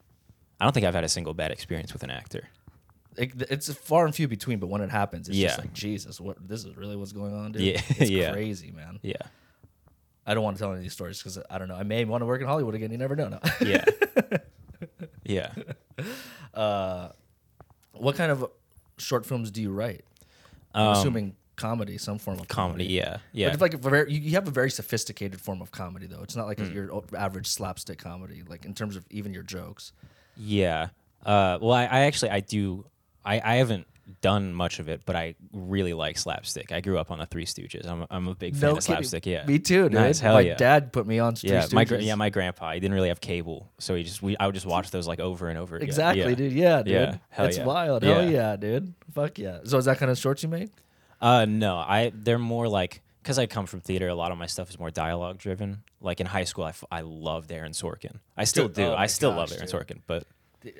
Speaker 2: I don't think I've had a single bad experience with an actor.
Speaker 1: It- it's far and few between, but when it happens, it's just
Speaker 2: Yeah.
Speaker 1: like Jesus. What this is really what's going on, dude.
Speaker 2: Yeah,
Speaker 1: it's
Speaker 2: yeah.
Speaker 1: crazy, man.
Speaker 2: Yeah,
Speaker 1: I don't want to tell any of these stories because I don't know. I may want to work in Hollywood again. You never know. No.
Speaker 2: yeah, yeah.
Speaker 1: what kind of short films do you write? I'm assuming comedy, some form of
Speaker 2: Um, Comedy. Yeah,
Speaker 1: But
Speaker 2: yeah.
Speaker 1: it's like a very, you- you have a very sophisticated form of comedy, though. It's not like
Speaker 2: Hmm.
Speaker 1: your average slapstick comedy, like in terms of even your jokes.
Speaker 2: Yeah. Uh, well, I, I actually I do. I, I haven't done much of it, but I really like slapstick. I grew up on the Three Stooges. I'm, I'm a big fan of
Speaker 1: kidding.
Speaker 2: slapstick. Yeah,
Speaker 1: Me too, dude.
Speaker 2: Nice, hell
Speaker 1: my
Speaker 2: yeah.
Speaker 1: dad put me on Three
Speaker 2: yeah, my gra-
Speaker 1: Stooges.
Speaker 2: yeah, my grandpa. He didn't really have cable, so he just we I would just watch those like over and over. again.
Speaker 1: Exactly,
Speaker 2: yeah.
Speaker 1: dude. Yeah, dude.
Speaker 2: Yeah, hell
Speaker 1: That's
Speaker 2: yeah.
Speaker 1: wild. Hell
Speaker 2: Yeah.
Speaker 1: yeah, dude. Fuck yeah. So is that kind of shorts you made?
Speaker 2: Uh, no, I they're more like because I come from theater. A lot of my stuff is more dialogue driven. Like in high school, I, f- I loved Aaron Sorkin. I still
Speaker 1: Dude,
Speaker 2: do.
Speaker 1: oh my
Speaker 2: I still love
Speaker 1: gosh,
Speaker 2: Aaron
Speaker 1: dude.
Speaker 2: Sorkin, but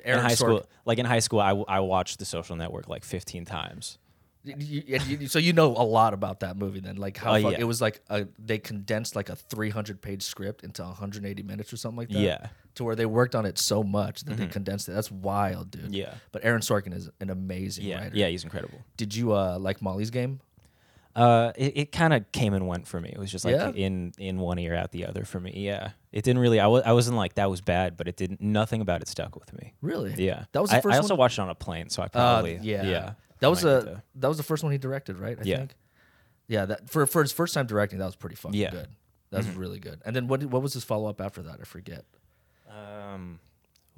Speaker 1: Aaron
Speaker 2: in high
Speaker 1: Sorkin.
Speaker 2: school, like in high school, I, w- I watched The Social Network like 15 times.
Speaker 1: You- you- and you- so you know a lot about that movie then, like how
Speaker 2: Oh,
Speaker 1: fuck,
Speaker 2: yeah.
Speaker 1: it was like a, they condensed like a 300 page script into 180 minutes or something like that.
Speaker 2: Yeah. Mm-hmm.
Speaker 1: to where they worked on it so much that they condensed it. That's wild, dude.
Speaker 2: Yeah.
Speaker 1: but Aaron Sorkin is an amazing
Speaker 2: Yeah,
Speaker 1: writer.
Speaker 2: yeah, he's incredible.
Speaker 1: Did you uh, like Molly's Game?
Speaker 2: Uh, it, it kind of came and went for me. It was just like
Speaker 1: Yeah?
Speaker 2: in in one ear out the other for me. Yeah, it didn't really. I was I wasn't like that was bad, but it didn't. Nothing about it stuck with me.
Speaker 1: Really?
Speaker 2: Yeah,
Speaker 1: That was the
Speaker 2: I-
Speaker 1: first
Speaker 2: I also
Speaker 1: one.
Speaker 2: watched it on a plane, so I
Speaker 1: Uh,
Speaker 2: probably
Speaker 1: yeah.
Speaker 2: yeah.
Speaker 1: That was
Speaker 2: might
Speaker 1: a
Speaker 2: get to-
Speaker 1: that was the first one he directed, right? I
Speaker 2: Yeah.
Speaker 1: think. Yeah, that for for his first time directing, that was pretty fucking
Speaker 2: Yeah. Mm-hmm.
Speaker 1: good. That was really good. And then what did- what was his follow up after that? I forget.
Speaker 2: Um,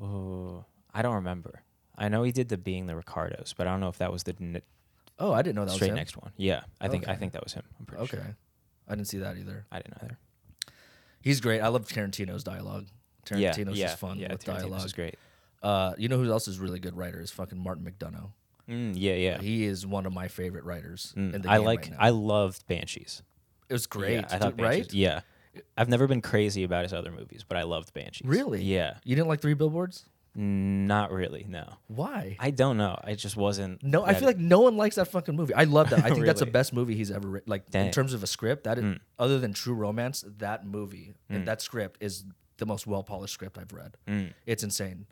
Speaker 2: oh, I don't remember. I know he did the Being the Ricardos, but I don't know if that was the n-
Speaker 1: Oh, I didn't know that
Speaker 2: straight
Speaker 1: was him.
Speaker 2: next one. Yeah, I think I
Speaker 1: Okay.
Speaker 2: think that was him. I'm pretty
Speaker 1: Okay.
Speaker 2: sure.
Speaker 1: I didn't see that either.
Speaker 2: I didn't either.
Speaker 1: He's great. I love Tarantino's dialogue. Tarantino's
Speaker 2: yeah,
Speaker 1: is
Speaker 2: yeah,
Speaker 1: fun
Speaker 2: yeah,
Speaker 1: with
Speaker 2: Tarantino's
Speaker 1: dialogue.
Speaker 2: is great.
Speaker 1: Uh, you know who else is really good writer is fucking Martin McDonough.
Speaker 2: Mm, yeah, yeah. Mm.
Speaker 1: He is one of my favorite writers in the
Speaker 2: I
Speaker 1: game
Speaker 2: like.
Speaker 1: right now.
Speaker 2: I loved Banshees.
Speaker 1: it was great,
Speaker 2: Yeah, I thought
Speaker 1: dude, right?
Speaker 2: Banshees- Yeah. I've never been crazy about his other movies, but I loved Banshees.
Speaker 1: Really?
Speaker 2: Yeah.
Speaker 1: You didn't like Three Billboards?
Speaker 2: Not really. No.
Speaker 1: Why?
Speaker 2: I don't know. I just wasn't.
Speaker 1: No, I
Speaker 2: that-
Speaker 1: feel like no one likes that fucking movie. I love that. I think that's the
Speaker 2: Really?
Speaker 1: best movie he's ever written. Like in
Speaker 2: Dang. Mm.
Speaker 1: terms of a script, that is, other than True Romance, that movie and that script is the most well polished script I've read.
Speaker 2: Mm.
Speaker 1: It's insane.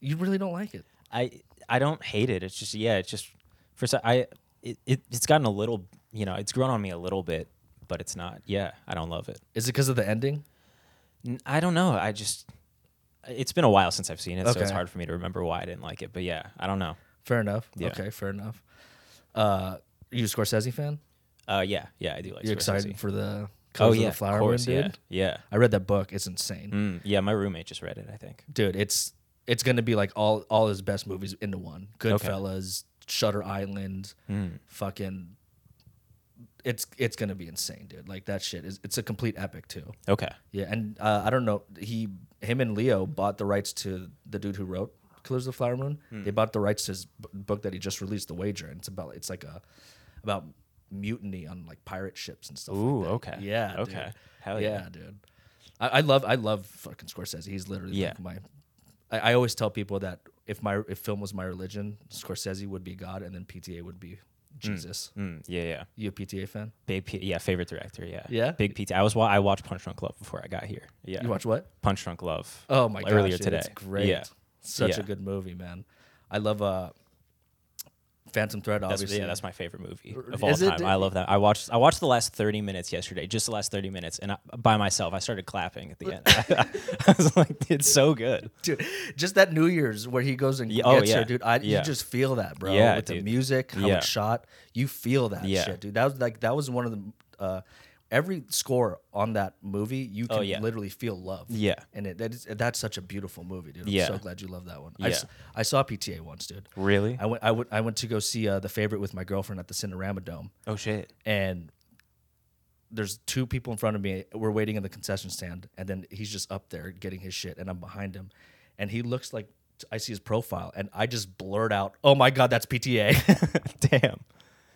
Speaker 1: You really don't like it.
Speaker 2: I I don't hate it. It's just yeah. It's just for so I it, it it's gotten a little you know it's grown on me a little bit, but it's not. Yeah, I don't love it.
Speaker 1: Is it because of the ending?
Speaker 2: N- I don't know. I just it's been a while since I've seen it, so it's
Speaker 1: Okay.
Speaker 2: hard for me to remember why I didn't like it. But yeah, I don't know.
Speaker 1: Fair enough.
Speaker 2: Yeah.
Speaker 1: Okay, fair enough. Uh, you a Scorsese fan?
Speaker 2: Uh, yeah, yeah, I do like.
Speaker 1: You
Speaker 2: Scorsese.
Speaker 1: excited for the
Speaker 2: Oh
Speaker 1: Killers of
Speaker 2: yeah,
Speaker 1: the Flower
Speaker 2: of course.
Speaker 1: Moon,
Speaker 2: Yeah,
Speaker 1: dude?
Speaker 2: yeah,
Speaker 1: I read that book. It's insane,
Speaker 2: mm, yeah. My roommate just read it. I think.
Speaker 1: dude. It's it's gonna be like all all his best movies into one. Goodfellas, Shutter Island,
Speaker 2: Mm.
Speaker 1: fucking. It's it's gonna be insane, dude. Like that shit is it's a complete epic too.
Speaker 2: Okay.
Speaker 1: Yeah, and uh, I don't know. He, him, and Leo bought the rights to the dude who wrote *Killers of the Flower Moon*.
Speaker 2: Hmm.
Speaker 1: They bought the rights to his b- book that he just released, *The Wager*, and it's about it's like a about mutiny on like pirate ships and stuff. like
Speaker 2: Ooh,
Speaker 1: that.
Speaker 2: okay.
Speaker 1: Yeah.
Speaker 2: Okay.
Speaker 1: dude.
Speaker 2: Hell yeah.
Speaker 1: dude. I, I love I love fucking Scorsese. He's literally
Speaker 2: Yeah.
Speaker 1: like my. I, I always tell people that if my if film was my religion, Scorsese would be God, and then PTA would be Jesus.
Speaker 2: Mm, yeah, yeah.
Speaker 1: You a PTA fan?
Speaker 2: Big P- yeah, favorite director, yeah.
Speaker 1: Yeah?
Speaker 2: Big PT. I was wa- I watched Punch Drunk Love before I got here. Yeah.
Speaker 1: You watch what?
Speaker 2: Punch Drunk Love.
Speaker 1: Oh my
Speaker 2: earlier
Speaker 1: gosh, dude,
Speaker 2: today.
Speaker 1: it's great.
Speaker 2: Yeah.
Speaker 1: Such a
Speaker 2: Yeah.
Speaker 1: good movie, man. I love uh Phantom Thread
Speaker 2: That's,
Speaker 1: obviously.
Speaker 2: yeah, that's my favorite movie
Speaker 1: R-
Speaker 2: of all
Speaker 1: is it?
Speaker 2: time. I love that. I watched I watched the last 30 minutes yesterday, just the last 30 minutes, and I, by myself, I started clapping at the end. I was like, it's so good.
Speaker 1: dude, just that New Year's where he goes and
Speaker 2: Yeah, oh,
Speaker 1: gets her,
Speaker 2: yeah.
Speaker 1: dude. I
Speaker 2: Yeah.
Speaker 1: you just feel that, bro.
Speaker 2: Yeah,
Speaker 1: with the
Speaker 2: dude.
Speaker 1: music, how
Speaker 2: Yeah.
Speaker 1: it's shot, you feel that
Speaker 2: Yeah.
Speaker 1: shit, dude. That was like that was one of the uh every score on that movie, you can
Speaker 2: Oh, yeah.
Speaker 1: literally feel love.
Speaker 2: Yeah.
Speaker 1: and it that is, that's such a beautiful movie, dude. I'm
Speaker 2: Yeah.
Speaker 1: so glad you love that one. I,
Speaker 2: Yeah.
Speaker 1: s- I saw PTA once, dude.
Speaker 2: Really?
Speaker 1: I went I went I went to go see uh, the favorite with my girlfriend at the Cinerama Dome.
Speaker 2: Oh shit.
Speaker 1: and there's two people in front of me. We're waiting in the concession stand, and then he's just up there getting his shit, and I'm behind him, and he looks like I see his profile, and I just blurt out, "Oh my god, that's PTA."
Speaker 2: Damn.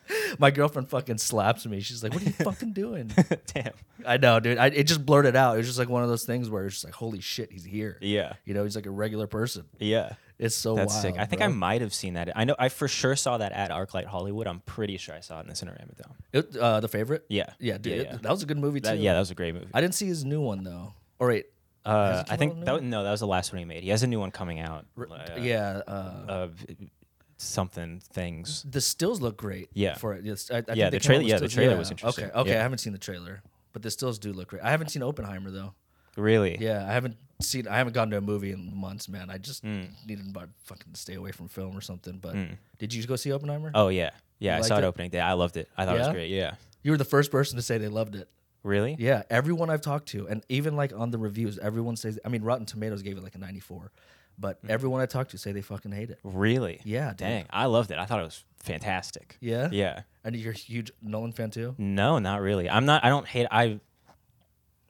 Speaker 1: my girlfriend fucking slaps me. She's like, "What are you fucking doing?"
Speaker 2: Damn.
Speaker 1: I know, dude. I, it just blurted out. It was just like one of those things where it's just like, "Holy shit, he's here."
Speaker 2: Yeah.
Speaker 1: you know, he's like a regular person.
Speaker 2: Yeah.
Speaker 1: It's so
Speaker 2: That's
Speaker 1: wild.
Speaker 2: sick. I think
Speaker 1: bro.
Speaker 2: I might have seen that. I know I for sure saw that at ArcLight Hollywood. I'm pretty sure I saw it in the Cinerama Dome.
Speaker 1: It- uh, the favorite.
Speaker 2: Yeah.
Speaker 1: yeah, dude.
Speaker 2: Yeah,
Speaker 1: it-
Speaker 2: yeah.
Speaker 1: that was a good movie too.
Speaker 2: That, yeah, that was a great movie.
Speaker 1: I didn't see his new one though. All right. it
Speaker 2: Uh, I
Speaker 1: come out
Speaker 2: think
Speaker 1: now?
Speaker 2: that was, no, that was the last one he made. He has a new one coming out. uh,
Speaker 1: yeah. Uh,
Speaker 2: uh, v- something things.
Speaker 1: the stills look great.
Speaker 2: Yeah.
Speaker 1: For it, yes, I, I
Speaker 2: Yeah,
Speaker 1: Think they
Speaker 2: the
Speaker 1: came out
Speaker 2: trail-
Speaker 1: with
Speaker 2: yeah, the
Speaker 1: stills-
Speaker 2: trailer was interesting.
Speaker 1: Okay, okay,
Speaker 2: Yeah.
Speaker 1: I haven't seen the trailer, but the stills do look great. I haven't seen Oppenheimer though.
Speaker 2: Really?
Speaker 1: Mm-hmm. Yeah, I haven't seen. I haven't gone to a movie in months, man. I just
Speaker 2: Mm.
Speaker 1: needed to fucking stay away from film or something. But did you go see Oppenheimer?
Speaker 2: Oh yeah, yeah. I
Speaker 1: liked
Speaker 2: saw it
Speaker 1: it?
Speaker 2: opening day. I loved it. I thought it
Speaker 1: Yeah?
Speaker 2: was great. Yeah.
Speaker 1: You were the first person to say they loved it.
Speaker 2: Really?
Speaker 1: Yeah, everyone I've talked to, and even like on the reviews, everyone says. I mean, Rotten Tomatoes gave it like a ninety-four. But everyone I talk to say they fucking hate it.
Speaker 2: Really?
Speaker 1: Yeah, dude.
Speaker 2: Mm. Dang, I loved it. I thought it was fantastic.
Speaker 1: Yeah?
Speaker 2: Yeah.
Speaker 1: And you're a huge Nolan fan too?
Speaker 2: No, not really. I'm not. I don't hate. I.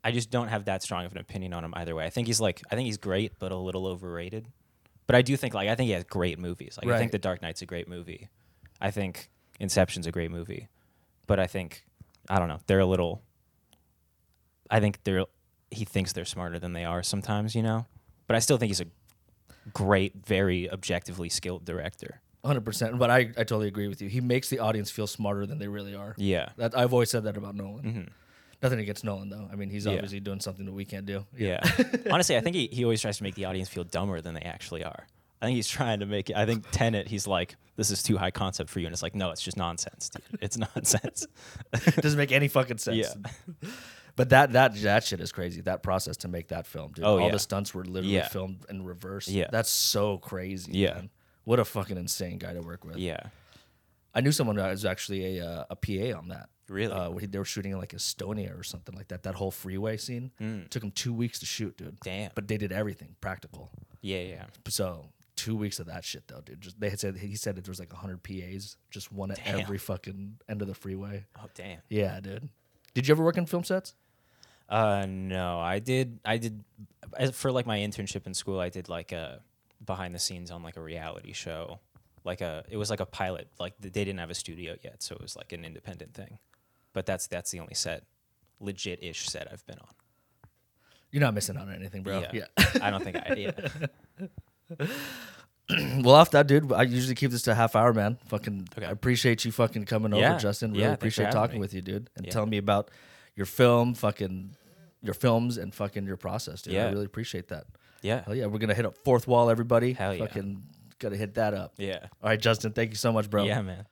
Speaker 2: I just don't have that strong of an opinion on him either way. I think he's like. I think he's great, but a little overrated. But I do think like I think he has great movies. Like I
Speaker 1: Right.
Speaker 2: think The Dark Knight's a great movie. I think Inception's a great movie. But I think I don't know. They're a little. I think they're. He thinks they're smarter than they are sometimes, you know. But I still think he's a great, very objectively skilled director.
Speaker 1: 100%. But I, I totally agree with you. He makes the audience feel smarter than they really are.
Speaker 2: Yeah. Mm-hmm.
Speaker 1: That I've always said that about Nolan. Nothing against Nolan though. I mean, he's
Speaker 2: Yeah.
Speaker 1: obviously doing something that we can't do.
Speaker 2: Yeah. Honestly, I think he, he always tries to make the audience feel dumber than they actually are. I think he's trying to make it. I think Tenet, he's like, this is too high concept for you. And it's like, no, it's just nonsense, dude. It's nonsense.
Speaker 1: doesn't make any fucking sense.
Speaker 2: Yeah.
Speaker 1: But that that that shit is crazy. That process to make that film, dude.
Speaker 2: Oh,
Speaker 1: All
Speaker 2: yeah.
Speaker 1: the stunts were literally
Speaker 2: Yeah.
Speaker 1: filmed in reverse.
Speaker 2: Yeah.
Speaker 1: That's so crazy.
Speaker 2: Yeah.
Speaker 1: man. What a fucking insane guy to work with.
Speaker 2: yeah.
Speaker 1: I knew someone that was actually a uh, a PA on that.
Speaker 2: Really?
Speaker 1: Uh, where he- they were shooting in like Estonia or something like that. That whole freeway scene
Speaker 2: Mm.
Speaker 1: took them two weeks to shoot, dude.
Speaker 2: Damn.
Speaker 1: But they did everything practical.
Speaker 2: Yeah. Yeah.
Speaker 1: So two weeks of that shit though, dude. Just they had said he said that there was like hundred PAs, just one at
Speaker 2: Damn.
Speaker 1: every fucking end of the freeway.
Speaker 2: Oh, damn.
Speaker 1: Yeah, dude. Did you ever work in film sets?
Speaker 2: Uh, no, I did. I did as for like my internship in school. I did like a behind the scenes on like a reality show. Like a, it was like a pilot. Like they didn't have a studio yet, so it was like an independent thing. But that's that's the only set, legit ish set I've been on.
Speaker 1: You're not missing out on anything, bro. Yeah.
Speaker 2: I don't think I. Yeah.
Speaker 1: well, off that, dude, I usually keep this to a half hour, man. Fucking,
Speaker 2: Okay.
Speaker 1: I appreciate you fucking coming
Speaker 2: Yeah.
Speaker 1: over, Justin. Really
Speaker 2: Yeah, thanks for
Speaker 1: appreciate
Speaker 2: having
Speaker 1: talking
Speaker 2: me.
Speaker 1: with you, dude, and
Speaker 2: Yeah.
Speaker 1: telling me about your film, fucking your films, and fucking your process, dude. I
Speaker 2: Yeah.
Speaker 1: really appreciate that.
Speaker 2: Yeah.
Speaker 1: Hell yeah, we're gonna hit up fourth wall, everybody.
Speaker 2: Hell yeah.
Speaker 1: Fucking gotta hit that up.
Speaker 2: Yeah.
Speaker 1: All right, Justin, thank you so much, bro.
Speaker 2: Yeah, man.